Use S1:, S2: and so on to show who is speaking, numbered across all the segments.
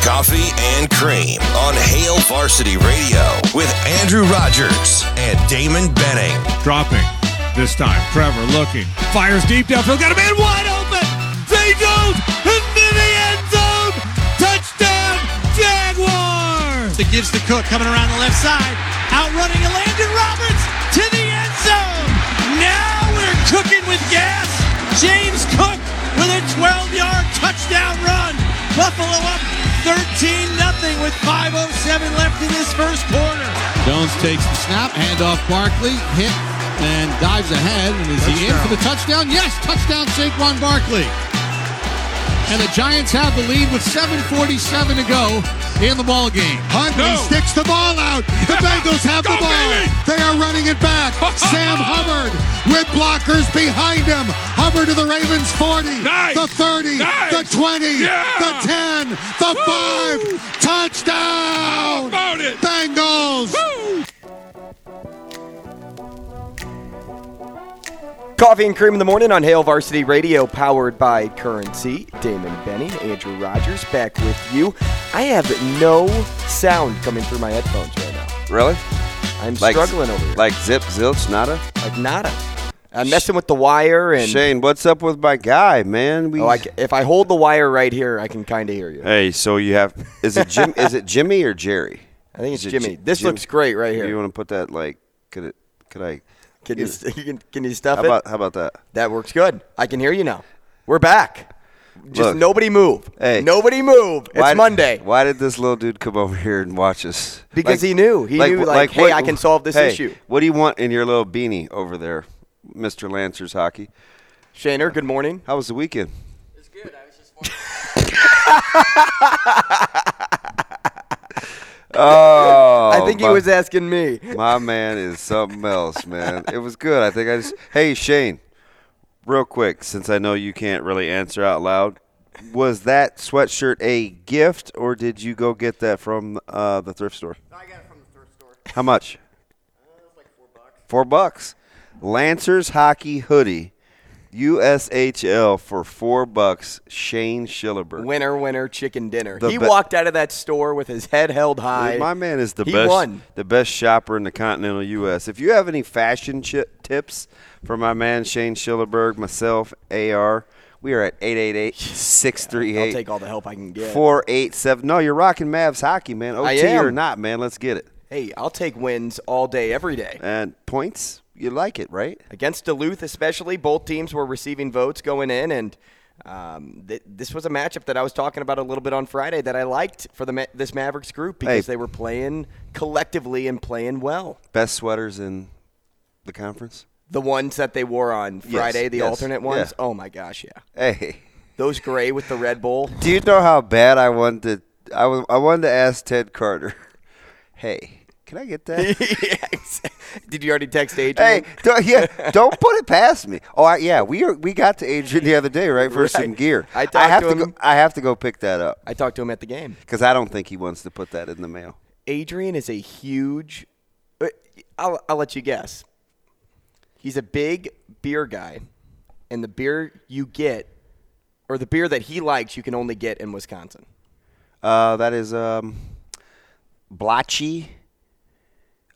S1: Coffee and Cream on Hale Varsity Radio with Andrew Rogers and Damon Benning.
S2: dropping this time. Trevor looking, fires deep downfield, got a man wide open. Zay Jones into the end zone. Touchdown, Jaguars.
S3: to Gibbs to Cook coming around the left side. Outrunning a Landon Roberts to the end zone. Now we're cooking with gas. James Cook with a 12 yard touchdown run. Buffalo up 13 nothing with 5.07 left in this first quarter.
S4: Jones takes the snap, handoff Barkley, hit, and dives ahead. And is he in for the touchdown? Yes, touchdown Saquon Barkley. And the Giants have the lead with 7.47 to go in the ball game.
S5: Huntley
S2: No.
S5: sticks the ball out. The Bengals have
S2: Go,
S5: the ball.
S2: baby.
S5: They are running it back. Sam Hubbard with blockers behind him. Hubbard to the Ravens 40,
S2: Nice.
S5: the 30,
S2: Nice.
S5: the 20,
S2: Yeah.
S5: the 10, the 5. Touchdown!
S2: About it.
S5: Bengals!
S6: Coffee and cream in the morning on Hale Varsity Radio, powered by Currency. Damon Benning, Andrew Rogers, back with you. I have no sound coming through my headphones right now.
S7: Really?
S6: I'm struggling over here.
S7: Like zip, zilch, nada.
S6: Like nada. I'm messing with the wire and
S7: Shane, what's up with my guy, man? We.
S6: Oh, I ca- if I hold the wire right here, I can kind of hear you.
S7: hey, so you have is it Jim? is it Jimmy or Jerry?
S6: I think it's
S7: Is it
S6: Jimmy.
S7: Ji-
S6: This
S7: Jim-
S6: looks great right here.
S7: You want to put that like? Could it? Could I?
S6: Can you,
S7: get it?
S6: st- you can, can you stuff
S7: How
S6: it?
S7: about how about that?
S6: that works good. I can hear you now. We're back. Just
S7: Look.
S6: nobody move.
S7: Hey.
S6: Nobody move. It's
S7: Why-
S6: Monday.
S7: Why did this little dude come over here and watch us?
S6: Because he knew. He knew, like, hey, I can solve this
S7: hey,
S6: issue.
S7: What do you want in your little beanie over there, Mister Lancers Hockey?
S6: Shaner, good morning.
S7: How was the weekend?
S6: I think he
S7: my-
S6: was asking me.
S7: My man is something else, man. It was good. I think I just. Hey, Shane, real quick, since I know you can't really answer out loud, was that sweatshirt a gift or did you go get that from uh, the thrift store? I got it from the thrift store. Uh, How much? four bucks. Lancers hockey hoodie, USHL for four bucks. Shane Schillerberg.
S6: Winner, winner, chicken dinner.
S7: The
S6: he
S7: be-
S6: walked out of that store with his head held high.
S7: My man is the
S6: he
S7: best
S6: won.
S7: the best shopper in the continental US. If you have any fashion chi- tips for my man Shane Schillerberg, myself, AR, we are at
S6: I'll
S7: 888-638
S6: take all the help I can get.
S7: 487. No, you're rocking Mavs hockey, man.
S6: I
S7: OT or
S6: am.
S7: not, man, let's get it.
S6: Hey, I'll take wins all day, every day.
S7: And points, you like it, right?
S6: Against Duluth, especially, both teams were receiving votes going in, and um, th- this was a matchup that I was talking about a little bit on Friday that I liked for the Ma- this Mavericks group because
S7: Hey.
S6: they were playing collectively and playing well.
S7: Best sweaters in the conference.
S6: The ones that they wore on Friday, the
S7: yes,
S6: alternate ones.
S7: yeah.
S6: Oh my gosh, yeah,
S7: Hey.
S6: those gray with the Red Bull.
S7: Do you know how bad I wanted to I was I wanted to ask Ted Carter, "Hey, can I get that?"
S6: Yes. Did you already text Adrian?
S7: Hey, don't, yeah, don't put it past me. Oh, I, yeah, we are, we got to Adrian the other day, right? For some
S6: Right.
S7: gear.
S6: I talked
S7: have
S6: to
S7: go,
S6: him.
S7: I have to go pick that up
S6: I talked to him at the game.
S7: because I don't think he wants to put that in the mail.
S6: Adrian is a huge. uh, I'll, I'll let you guess. He's a big beer guy, and the beer you get, or the beer that he likes, you can only get in Wisconsin.
S7: Uh, that is um, blotchy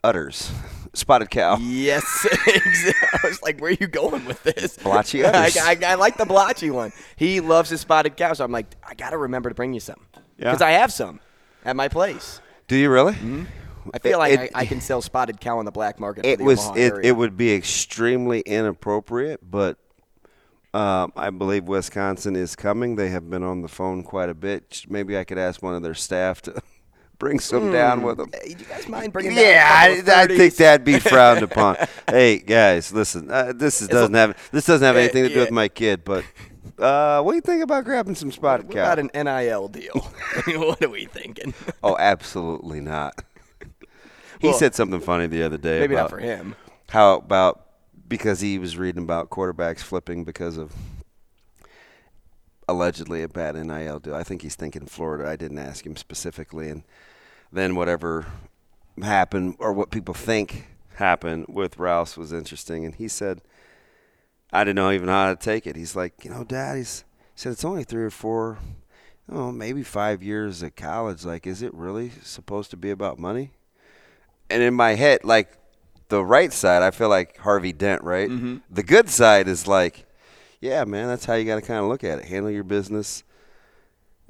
S7: udders, spotted cow.
S6: Yes, I was like, "Where are you going with this?"
S7: Blotchy
S6: I,
S7: udders.
S6: I, I like the blotchy one. He loves his spotted cow, so I'm like, I gotta remember to bring you some
S7: Yeah.
S6: because I have some at my place.
S7: Do you really?
S6: mm-hmm. I feel like
S7: It-
S6: I, I can sell spotted cow on the black market. for
S7: It
S6: the
S7: was
S6: Omaha
S7: it,
S6: area.
S7: it would be extremely inappropriate, but um, I believe Wisconsin is coming. They have been on the phone quite a bit. Maybe I could ask one of their staff to bring some down
S6: Hmm.
S7: with them.
S6: Hey, do you guys mind bringing
S7: Yeah,
S6: that
S7: I,
S6: up
S7: I
S6: to the 30s?
S7: think that'd be frowned upon. hey guys, listen, uh, this is, doesn't have this doesn't have anything to do
S6: yeah.
S7: with my kid, but uh, what do you think about grabbing some spotted
S6: What
S7: cow?
S6: about an NIL deal? I mean, what are we thinking?
S7: oh, absolutely not. he
S6: Well,
S7: said something funny the other day.
S6: Maybe
S7: about
S6: not for him.
S7: How about because he was reading about quarterbacks flipping because of allegedly a bad NIL deal. I think he's thinking Florida. I didn't ask him specifically, and then whatever happened or what people think happened with Rouse was interesting, and he said, "I didn't know even how to take it." He's like, you know, Dad. He's he said it's only three or four. Oh, maybe five years at college. Like, is it really supposed to be about money? and in my head, like the right side, I feel like Harvey Dent, right? The good side is like, yeah, man, that's how you got to kind of look at it. Handle your business.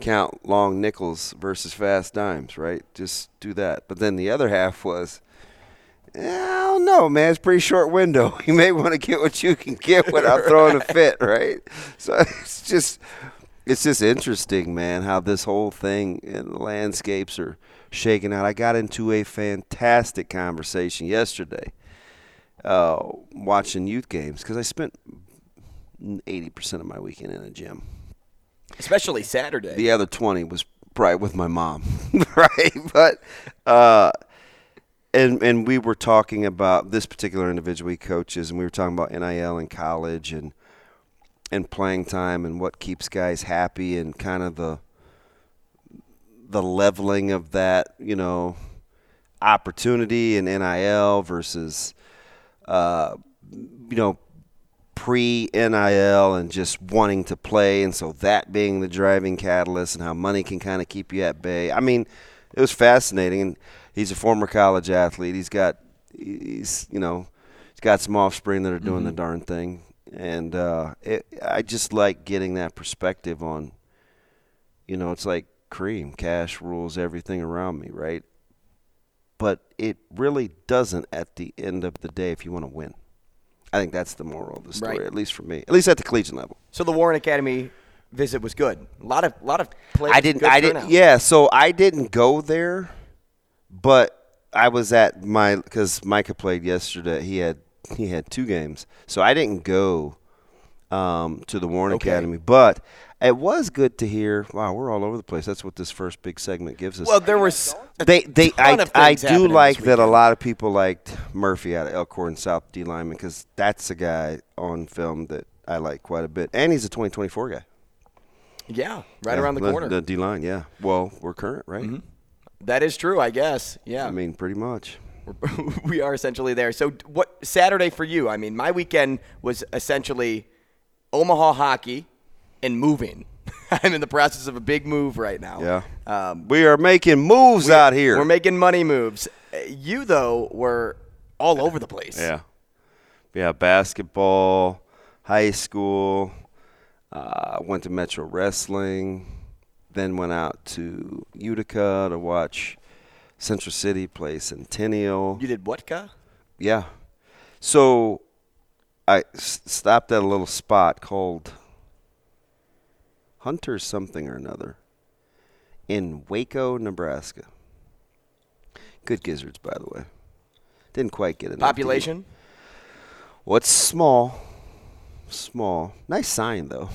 S7: Count long nickels versus fast dimes, right? Just do that. But then the other half was, eh, I don't know, man. It's a pretty short window. You may want to get what you can get without throwing a fit, right? So it's just, it's just interesting, man, how this whole thing and the landscapes are shaking out. I got into a fantastic conversation yesterday uh, watching youth games because I spent 80% of my weekend in a gym.
S6: Especially Saturday.
S7: The other 20 was probably with my mom, right? But, uh, and, and we were talking about this particular individual he coaches, and we were talking about NIL and college and, and playing time and what keeps guys happy and kind of the, the leveling of that, you know, opportunity and NIL versus, uh, you know, pre NIL and just wanting to play. And so that being the driving catalyst and how money can kind of keep you at bay. I mean, it was fascinating. And he's a former college athlete. He's got, he's, you know, he's got some offspring that are doing the darn thing. And uh, it, I just like getting that perspective on you know, it's like cream, cash rules everything around me, right? But it really doesn't at the end of the day if you want to win. I think that's the moral of the story,
S6: Right.
S7: at least for me, at least at the collegiate level.
S6: So the Warren Academy visit was good. A lot of lot of players.
S7: I didn't,
S6: good
S7: I didn't,
S6: turnout.
S7: yeah. So I didn't go there, but I was at my because Micah played yesterday. He had he had two games, so I didn't go um, to the Warren Academy. But it was good to hear. Wow, we're all over the place. That's what this first big segment gives us.
S6: Well, there was. a
S7: they they
S6: ton
S7: I,
S6: of
S7: I
S6: things happening
S7: do
S6: this
S7: like that a
S6: weekend.
S7: lot of people liked Murphy out of Elkhorn South D lineman because that's a guy on film that I like quite a bit, and he's a 2024 guy.
S6: Yeah, right
S7: Yeah,
S6: around the, corner. Mm-hmm.
S7: The D line, yeah. Well, we're current, right?
S6: that is true, I guess. Yeah,
S7: I mean, pretty much.
S6: we are essentially there. So d- what Saturday for you? I mean, my weekend was essentially Omaha hockey and moving. I'm in the process of a big move right now.
S7: Yeah.
S6: Um,
S7: we are making moves out here.
S6: We're making money moves. Uh, You though were all over the place.
S7: Yeah. Yeah, basketball, high school, uh, went to Metro Wrestling, then went out to Utica to watch Central City play Centennial.
S6: You did whatka?
S7: Yeah. So I s- stopped at a little spot called Hunter something or another in Waco, Nebraska. Good gizzards, by the way. Didn't quite get it.
S6: Population?
S7: What's small? Small. Nice sign though.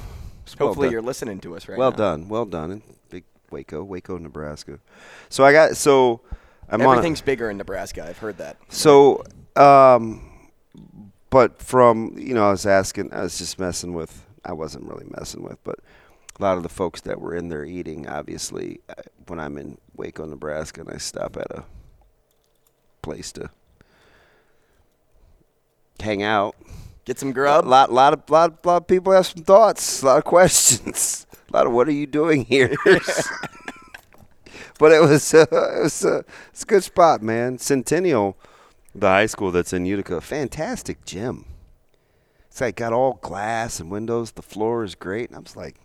S7: It's well
S6: Hopefully
S7: done.
S6: you're listening to us right
S7: well
S6: now.
S7: done, well done. And big Waco, Waco, Nebraska. So I got so I'm on. a-
S6: Everything's bigger in Nebraska. I've heard that.
S7: so, um, but from you know, I was asking, I was just messing with. I wasn't really messing with, but a lot of the folks that were in there eating, obviously, uh, when I'm in Waco, Nebraska, and I stop at a place to hang out.
S6: Get some
S7: A
S6: grub.
S7: lot, lot of, lot, lot of people have some thoughts, a lot of questions, a lot of what are you doing here? but it was, uh, it was, uh, it's a good spot, man. Centennial, the high school that's in Utica, fantastic gym. It's like got all glass and windows. The floor is great, and I was like,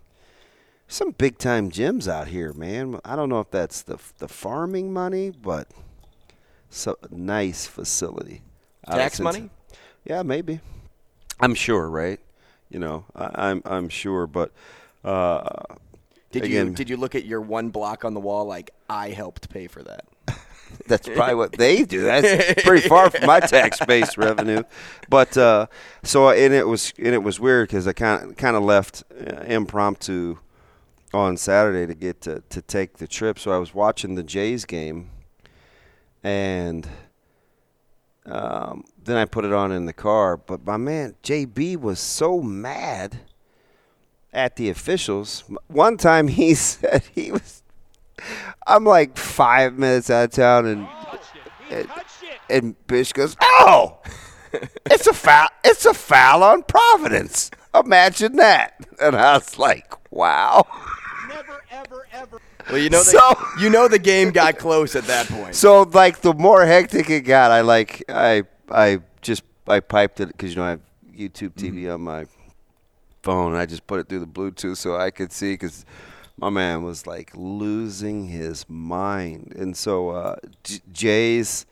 S7: some big time gyms out here, man. I don't know if that's the the farming money, but so nice facility. out of
S6: Tax money?
S7: Cincinnati. Yeah, maybe. I'm sure, right? You know, I, I'm I'm sure, but uh,
S6: Did
S7: again,
S6: you did you look at your one block on the wall like I helped pay for that?
S7: That's probably what they do. That's pretty far from my tax-based revenue, but uh, so and it was and it was weird because I kind of kind of left uh, impromptu on Saturday to get to, to take the trip. So I was watching the Jays game, and um, then I put it on in the car. But my man JB was so mad at the officials. One time he said he was I'm like five minutes out of town, and and, and Bish goes, "Oh, it's a foul! It's a foul on Providence! Imagine that!" And I was like, "Wow!"
S6: Well, you know, they,
S7: So-
S6: you know the game got close at that point.
S7: So like, the more hectic it got, I like I I just I piped it because you know I have YouTube TV on my phone. And I just put it through the Bluetooth so I could see because my man was like losing his mind. And so uh, J- Jays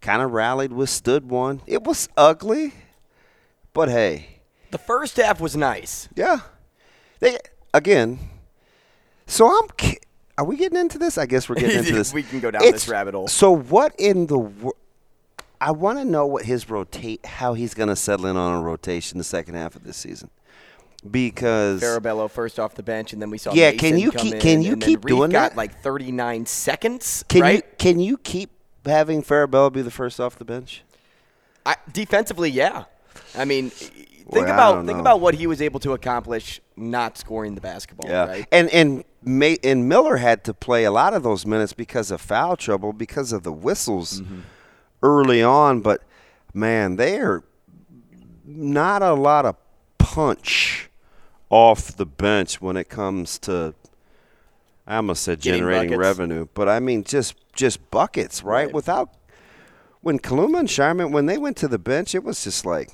S7: kind of rallied, withstood one. It was ugly, but hey,
S6: The first half was nice.
S7: yeah. They again. So I'm. ki- Are we getting into this? I guess we're getting into this.
S6: We can go down this rabbit hole.
S7: So what in the world? I want to know what his rotate, how he's going to settle in on a rotation the second half of this season, because
S6: Farabello first off the bench, and then we saw.
S7: Yeah,
S6: Mason
S7: can you
S6: come
S7: keep-
S6: in,
S7: can you
S6: and then
S7: keep
S6: Reed
S7: doing
S6: got
S7: that?
S6: Like 39 seconds,
S7: Can
S6: right?
S7: you can you keep having Farabella be the first off the bench?
S6: I, defensively, yeah. I mean, think
S7: Boy, I
S6: about
S7: don't
S6: think
S7: know.
S6: about what he was able to accomplish not scoring the basketball, right?
S7: and and May, and Miller had to play a lot of those minutes because of foul trouble, because of the whistles
S6: Mm-hmm.
S7: early on. But man, they are not a lot of punch off the bench when it comes to. I almost said
S6: Getting
S7: generating
S6: buckets.
S7: revenue, but I mean just just buckets, right?
S6: Right.
S7: Without when Kaluma and Sharman when they went to the bench, it was just like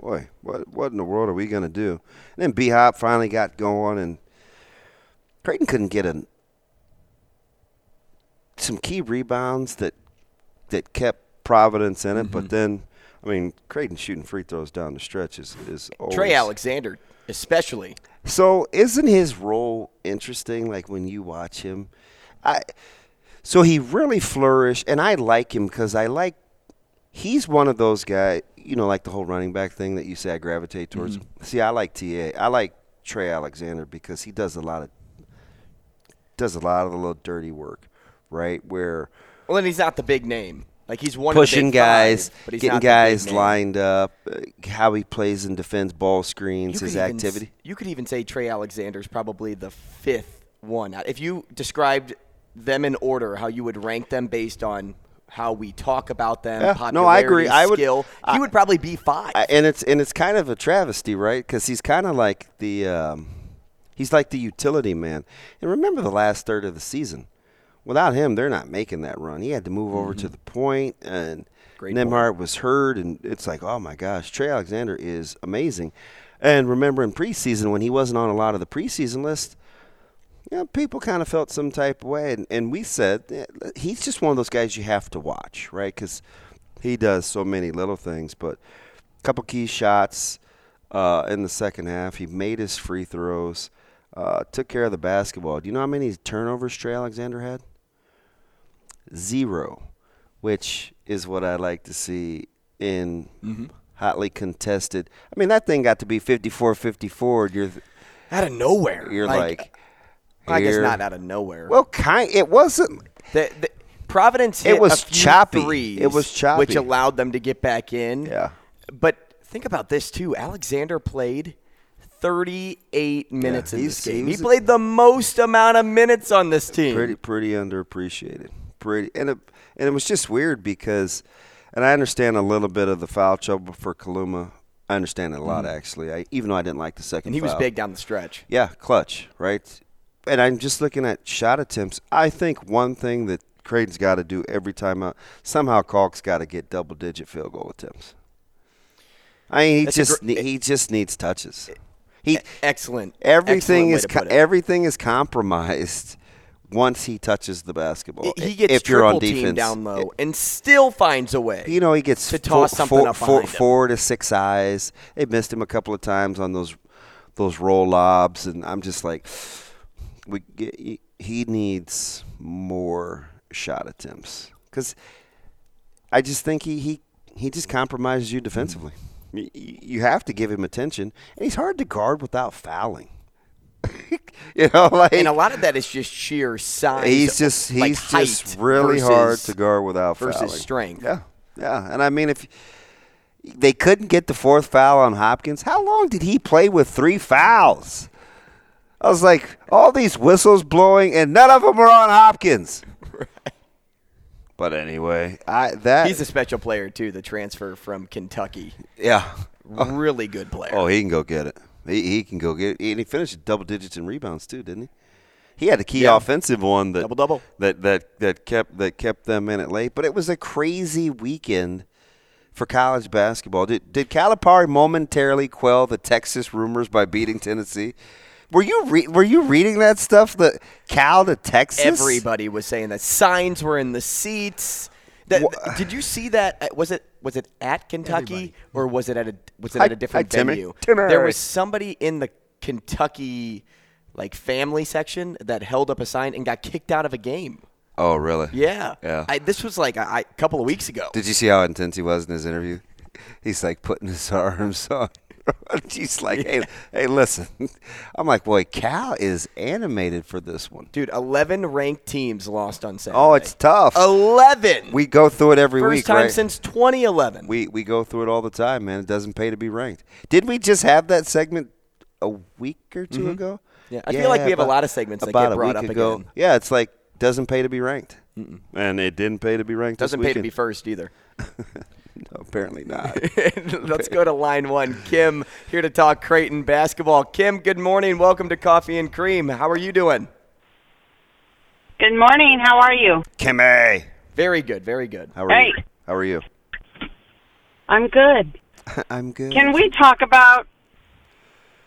S7: boy, what what in the world are we gonna do? And then B Hop finally got going, and Creighton couldn't get an some key rebounds that that kept Providence in it. But then, I mean, Creighton shooting free throws down the stretch is is always.
S6: Trey Alexander, especially.
S7: So isn't his role interesting? Like when you watch him, I so he really flourished, and I like him because I like he's one of those guys. You know, like the whole running back thing that you say I gravitate towards.
S6: Mm-hmm.
S7: See, I like Ta. I like Trey Alexander because he does a lot of does a lot of the little dirty work, right? Where
S6: Well, and he's not the big name. Like he's one of
S7: pushing
S6: the big five,
S7: guys,
S6: but he's
S7: getting
S6: not the big
S7: guys
S6: name.
S7: lined up, uh, how he plays and defends ball
S6: You
S7: screens,
S6: could
S7: his
S6: even s-
S7: activity.
S6: you could even say Trey Alexander's probably the fifth one. If you described them in order, how you would rank them based on how we talk about them,
S7: Yeah.
S6: popularity,
S7: No, I agree. I would-
S6: skill, he
S7: I-
S6: would probably be five.
S7: I- and it's and it's kind of a travesty, right? Because he's kind of like the um, he's like the utility man. And remember the last third of the season. Without him, they're not making that run. He had to move over to the point, and
S6: Great
S7: Nemhart was hurt, and it's like, oh my gosh, Trey Alexander is amazing. And remember in preseason when he wasn't on a lot of the preseason list, you know, people kind of felt some type of way, and, and we said "Yeah, he's just one of those guys you have to watch, right? Because he does so many little things. But a couple key shots uh, in the second half, he made his free throws, uh, took care of the basketball. Do you know how many turnovers Trey Alexander had? Zero, which is what I like to see in
S6: Mm-hmm.
S7: hotly contested. I mean, that thing got to be 54-54. and You're th-
S6: out of nowhere.
S7: you're like,
S6: I guess
S7: here-
S6: not out of nowhere.
S7: well, kind. It wasn't.
S6: The, the, Providence
S7: It
S6: hit
S7: was
S6: a few
S7: choppy.
S6: threes,
S7: It was choppy.
S6: which allowed them to get back in.
S7: Yeah.
S6: But think about this too. Alexander played 38 minutes in
S7: he's-
S6: this game.
S7: he
S6: He,
S7: was a-
S6: played the most amount of minutes on this team.
S7: Pretty, pretty underappreciated. Pretty, and it, and it was just weird because, and I understand a little bit of the foul trouble for Kaluma. I understand it a lot actually. I even though I didn't like the second.
S6: and he was
S7: foul.
S6: big down the stretch.
S7: Yeah, clutch, right? And I'm just looking at shot attempts. I think one thing that Creighton's got to do every time out, somehow Calk's got to get double digit field goal attempts. I mean, he
S6: That's a
S7: just
S6: gr-
S7: ne- he just needs touches. He
S6: E, Excellent. excellent way
S7: Everything is
S6: to
S7: co-
S6: put it.
S7: everything is compromised once he touches the basketball.
S6: He gets
S7: if
S6: triple
S7: you're on
S6: team
S7: defense,
S6: down low and still finds a way.
S7: you know he gets
S6: to
S7: four-
S6: toss something
S7: four-
S6: up
S7: four-
S6: behind him.
S7: four to six eyes. They missed him a couple of times on those those roll lobs, and I'm just like, we get, he needs more shot attempts because I just think he, he he just compromises you defensively. Y- y- You have to give him attention, and he's hard to guard without fouling. you know, like
S6: And a lot of that is just sheer size.
S7: he's just
S6: like
S7: he's
S6: height
S7: just really
S6: versus-
S7: hard to guard without
S6: versus
S7: fouling.
S6: strength.
S7: Yeah, yeah, and I mean if they couldn't get the fourth foul on Hopkins, how long did he play with three fouls? I was like, all these whistles blowing, and none of them were on Hopkins. But anyway, I that
S6: He's a special player too. The transfer from Kentucky,
S7: yeah.
S6: really good player.
S7: Oh, he can go get it. He he can go get it, and he finished double digits in rebounds too, didn't he? He had a key
S6: Yeah.
S7: offensive one that
S6: Double-double.
S7: that that that kept that kept them in it late. But it was a crazy weekend for college basketball. Did did Calipari momentarily quell the Texas rumors by beating Tennessee? Were you re- were you reading that stuff? The Cal to Texas.
S6: Everybody was saying that signs were in the seats. That, did you see that? uh, Was it was it at Kentucky or was it at a was it
S7: Hi-
S6: at a different
S7: hi, Timmy.
S6: venue?
S7: Timmy.
S6: There was somebody in the Kentucky like family section that held up a sign and got kicked out of a game.
S7: Oh, really?
S6: Yeah,
S7: Yeah.
S6: I, this was like a, I- a couple of weeks ago.
S7: Did you see how intense he was in his interview? He's like putting his arms on. He's like, hey, hey, listen. I'm like, boy, Cal is animated for this one.
S6: Dude, eleven ranked teams lost on Saturday.
S7: Oh, it's tough.
S6: eleven.
S7: We go through it every
S6: First
S7: week,
S6: time
S7: right?
S6: since 2011.
S7: we we go through it all the time, man. It doesn't pay to be ranked. Did we just have that segment a week or 2 ago?
S6: Mm-hmm. Yeah, I feel like we have a lot of segments that get
S7: about a
S6: brought
S7: week
S6: up
S7: ago.
S6: again.
S7: Yeah, it's like doesn't pay to be ranked, and it didn't pay to be ranked.
S6: Doesn't
S7: this
S6: pay to be
S7: weekend.
S6: first either.
S7: No, apparently not.
S6: Let's go to line one. Kim here to talk Creighton basketball. Kim, good morning. Welcome to Coffee and Cream. How are you doing?
S8: Good morning. How are you?
S7: Kimmy,
S6: Very good, very good.
S7: how are you?
S8: Hey.
S7: How are you?
S8: I'm good.
S7: I'm good.
S8: Can we talk about?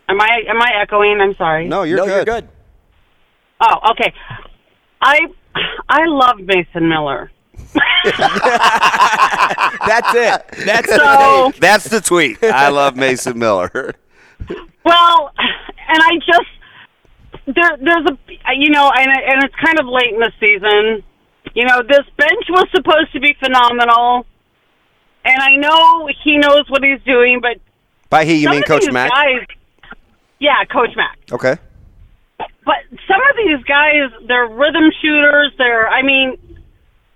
S8: Am I am I echoing? I'm sorry.
S7: No, you're
S6: no,
S7: good.
S6: you're good.
S8: Oh, okay. I I love Mason Miller.
S6: That's it. That's
S8: So
S7: That's the tweet. I love Mason Miller.
S8: well, and I just there there's a you know, and it- and it's kind of late in the season. You know, this bench was supposed to be phenomenal, and I know he knows what he's doing, but
S7: By he, you
S8: some
S7: mean
S8: of
S7: Coach
S8: these
S7: Mack?
S8: guys, yeah, Coach Mack.
S7: Okay.
S8: But some of these guys, they're rhythm shooters. They're, I mean,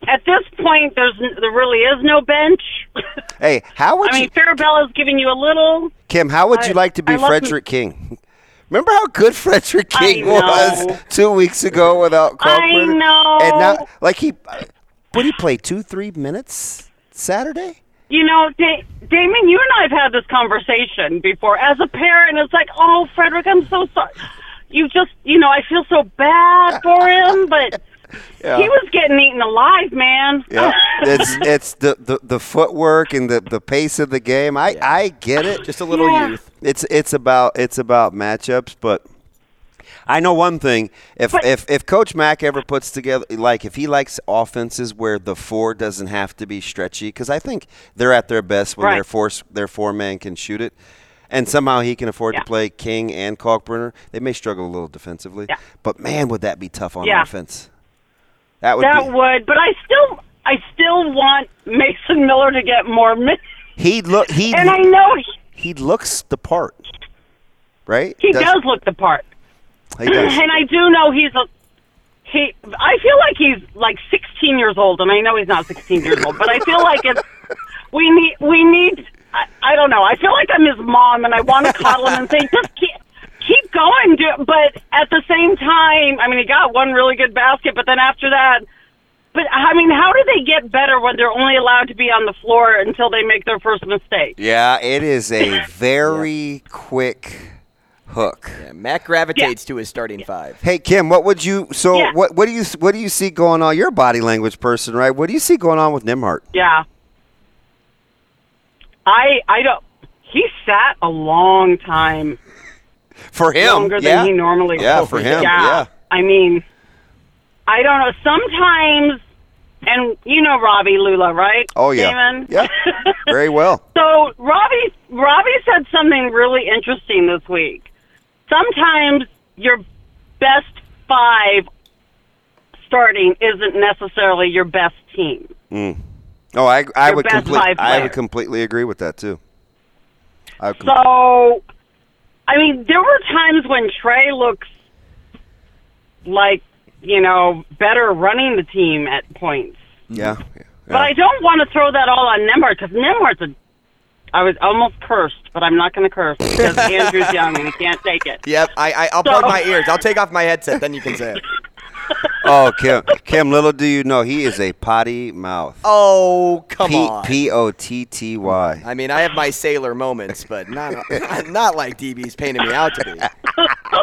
S8: at this point, there's n- there really is no bench.
S7: Hey, how would
S8: I mean,
S7: you,
S8: Farabella's giving you a little.
S7: Kim? How would you
S8: I-
S7: like to be
S8: I love
S7: Frederick King? Remember how good Frederick
S8: I
S7: King was
S8: know.
S7: two weeks ago without Crawford?
S8: know.
S7: And now, like he, would he play two, three minutes Saturday?
S8: You know, da- Damon, you and I have had this conversation before. As a parent, it's like, oh, Frederick, I'm so sorry. You just, you know, I feel so bad for him, but he was getting eaten alive, man.
S7: Yeah, it's it's the, the, the footwork and the, the pace of the game. I, I get it.
S6: Just a little
S8: Yeah.
S6: youth.
S7: It's it's about it's about matchups, but I know one thing. If
S8: But-
S7: if if Coach Mack ever puts together, like if he likes offenses where the four doesn't have to be stretchy, because I think they're at their best when
S8: Right.
S7: their four their four man can shoot it, and somehow he can afford
S8: Yeah.
S7: to play King and Kalkbrenner. They may struggle a little defensively,
S8: Yeah.
S7: but man, would that be tough on
S8: Yeah.
S7: offense? That would
S8: that
S7: be.
S8: would, but I still, I still want Mason Miller to get more minutes.
S7: he look he
S8: And I know he,
S7: he looks the part, right?
S8: He does, look the part,
S7: He does.
S8: and I do know he's a he. I feel like he's like 16 years old, and I know he's not 16 years old, but I feel like it's we need we need. I, I don't know. I feel like I'm his mom, and I want to coddle him and say just keep keep going. Do, but at the same time, I mean, he got one really good basket, but then after that. But I mean, how do they get better when they're only allowed to be on the floor until they make their first mistake?
S7: Yeah, it is a very quick hook.
S6: Yeah, Mac gravitates to his starting five.
S7: Hey Kim, what would you so
S8: Yeah.
S7: what what do you what do you see going on? You're a body language person, right? What do you see going on with Nimhart?
S8: Yeah. I I don't. He sat a long time
S7: For him,
S8: longer
S7: yeah.
S8: than he normally.
S7: Yeah,
S8: would.
S7: for him,
S8: Yeah.
S7: yeah.
S8: I mean, I don't know. Sometimes, and you know Robbie Lula, right?
S7: Oh yeah,
S8: Damon?
S7: yeah, very well.
S8: So Robbie Robbie said something really interesting this week. Sometimes your best five starting isn't necessarily your best team.
S7: Oh, I I
S8: Your
S7: would
S8: best
S7: complete,
S8: five
S7: I
S8: player.
S7: would completely agree with that too. I would com-
S8: So, I mean, there were times when Trey looks like, you know, better running the team at points.
S6: Mm-hmm.
S7: yeah, yeah.
S8: But I don't want to throw that all on Nemhart because Nemhart's a. I was almost cursed, but I'm not going to curse because Andrew's young and he can't take it.
S6: Yep, I, I, I'll plug my ears. I'll take off my headset, then you can say it.
S7: oh, Kim, Kim, little do you know he is a potty mouth.
S6: Oh, come
S7: P
S6: on.
S7: P O T T Y.
S6: I mean, I have my sailor moments, but not not like DB's painting me out to be.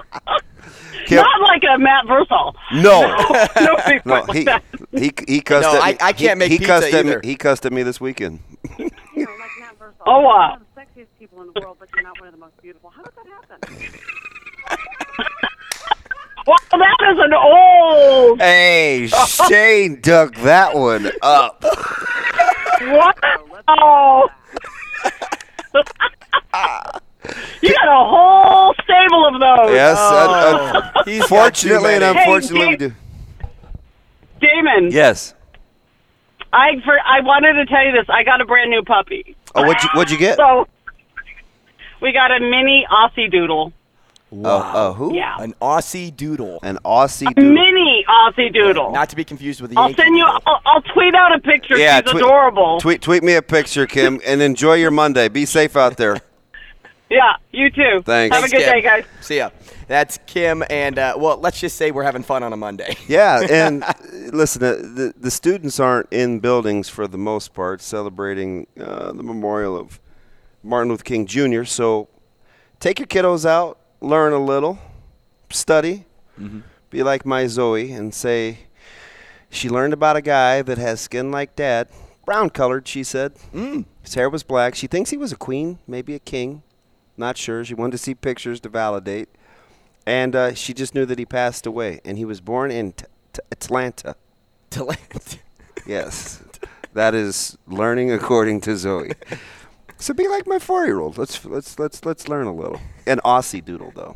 S7: Kim,
S8: Not like a Matt Versal.
S7: no,
S8: No, people
S7: no,
S8: like
S7: he
S8: that.
S7: he he cussed.
S6: No,
S7: at
S6: I-
S7: me.
S6: I can't
S7: he,
S6: make
S7: he
S6: pizza
S7: cussed at me,
S6: either.
S7: He cussed at me this weekend.
S9: you know, like Matt Versal.
S8: Oh,
S9: You're
S8: wow.
S9: one of the sexiest people in the world, but you're not one of the most beautiful. How did that happen?
S8: Well, that is an old
S7: Hey,
S8: Oh.
S7: Shane dug that one up.
S8: what? Oh. you got a whole stable of those.
S7: Yes, un- un-
S6: He's got too
S7: fortunately and
S6: many.
S8: Hey,
S7: unfortunately, we
S8: Dave.
S7: do.
S8: Damon,
S7: Yes.
S8: I for, I wanted to tell you this. I got a brand new puppy.
S7: Oh, what'd you what'd you get? Oh,
S8: So we got a mini Aussie Doodle.
S7: oh, who?
S8: Yeah.
S6: An Aussie doodle,
S7: An Aussie dude.
S8: Mini Aussie Doodle.
S6: not to be confused with the
S8: I'll
S6: Yankee
S8: send you.
S6: doodle.
S8: I'll, I'll tweet out a picture.
S7: yeah,
S8: She's
S7: tweet-
S8: adorable.
S7: Tweet tweet me a picture, Kim, and enjoy your Monday. Be safe out there.
S8: Yeah, you too.
S7: Thanks.
S8: Have a
S7: Thanks,
S8: good
S6: Kim.
S8: day, guys.
S6: See ya. That's Kim, and uh, well, let's just say we're having fun on a Monday.
S7: Yeah, and uh, listen, uh, the the students aren't in buildings for the most part celebrating uh, the memorial of Martin Luther King Jr. So take your kiddos out, learn a little, study, be like my Zoe, and say she learned about a guy that has skin like dad, brown colored. She said mm. his hair was black. She thinks he was a queen, maybe a king, not sure. She wanted to see pictures to validate and uh, she just knew that he passed away, and he was born in t- t- Atlanta.
S6: To land.
S7: Yes, that is learning according to Zoe. So be like my four-year-old. Let's let's let's let's learn a little. An Aussie doodle, though.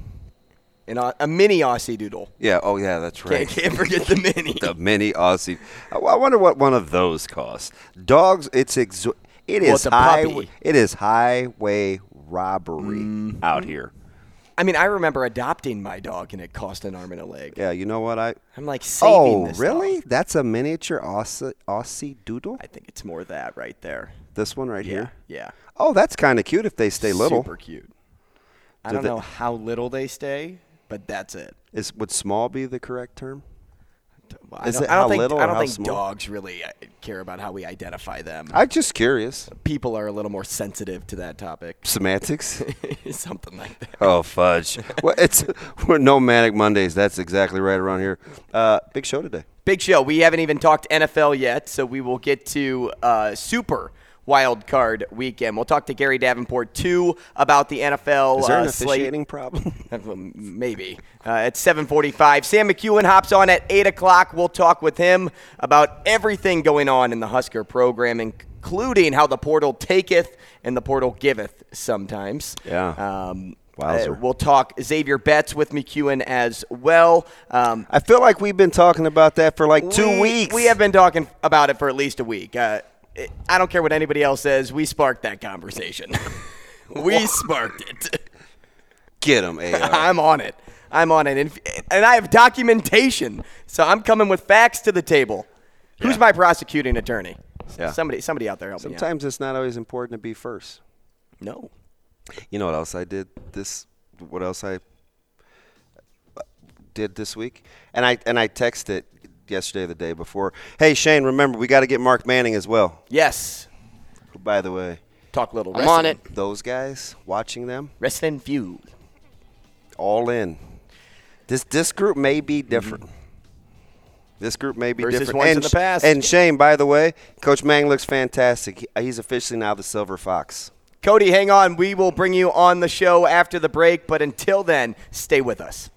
S6: An, au- a mini Aussie doodle.
S7: Yeah. Oh, yeah. That's
S6: I
S7: right.
S6: can't forget the mini.
S7: the mini Aussie. I, I wonder what one of those costs. Dogs. It's exo- It
S6: Well, it's
S7: is
S6: a
S7: high.
S6: puppy.
S7: It is highway robbery
S6: Mm-hmm.
S7: out here.
S6: I mean, I remember adopting my dog, and it cost an arm and a leg.
S7: Yeah. You know what I?
S6: I'm like saving
S7: Oh,
S6: this.
S7: really?
S6: dog.
S7: That's a miniature Aussie Aussie doodle.
S6: I think it's more that right there.
S7: This one right here.
S6: Yeah.
S7: Oh, that's kind of cute if they stay little.
S6: Super cute. I
S7: Do
S6: don't
S7: they-
S6: know how little they stay, but that's it.
S7: Is would small be the correct term?
S6: Well, I
S7: Is
S6: don't-
S7: it
S6: I don't
S7: how
S6: think,
S7: little
S6: I
S7: or
S6: don't
S7: how
S6: think
S7: small?
S6: dogs really uh, care about how we identify them.
S7: I'm just curious.
S6: People are a little more sensitive to that topic.
S7: Semantics.
S6: Something like that.
S7: oh fudge! well, it's we're no manic Mondays. That's exactly right around here. Uh, big show today.
S6: Big show. We haven't even talked NFL yet, so we will get to uh, super wild card weekend. We'll talk to Gary Davenport too about the NFL
S7: Is there
S6: uh,
S7: an
S6: slate.
S7: officiating problem?
S6: Um, Maybe uh, at 7:45. Sam McEwen hops on at eight o'clock. We'll talk with him about everything going on in the Husker program, including how the portal taketh and the portal giveth sometimes.
S7: Yeah.
S6: Um,
S7: Wowzer.
S6: uh, we'll talk Xavier Betts with McEwen as well. Um,
S7: I feel like we've been talking about that for like two
S6: we-
S7: weeks.
S6: We have been talking about it for at least a week. Uh, it- I don't care what anybody else says. We sparked that conversation. we sparked it.
S7: get them. AR.
S6: I'm on it. I'm on it, and, and I have documentation. So I'm coming with facts to the table. Who's my prosecuting attorney?
S7: Yeah.
S6: Somebody, somebody out there help me. out.
S7: Sometimes it's not always important to be first.
S6: no.
S7: You know what else I did this? What else I did this week? And I and I texted yesterday, or the day before. Hey Shane, remember we got to get Mark Manning as well.
S6: Yes.
S7: Who, by the way,
S6: Talk little.
S10: I'm on it.
S7: those guys watching them
S6: Wrestling feud.
S7: all in. This this group may be different. This group may be
S6: Mm-hmm. Versus
S7: different.
S6: ones
S7: and,
S6: in the past.
S7: and Shane, by the way, Coach Mang looks fantastic. He- he's officially now the Silver Fox.
S6: Cody, hang on. We will bring you on the show after the break, but until then, stay with us.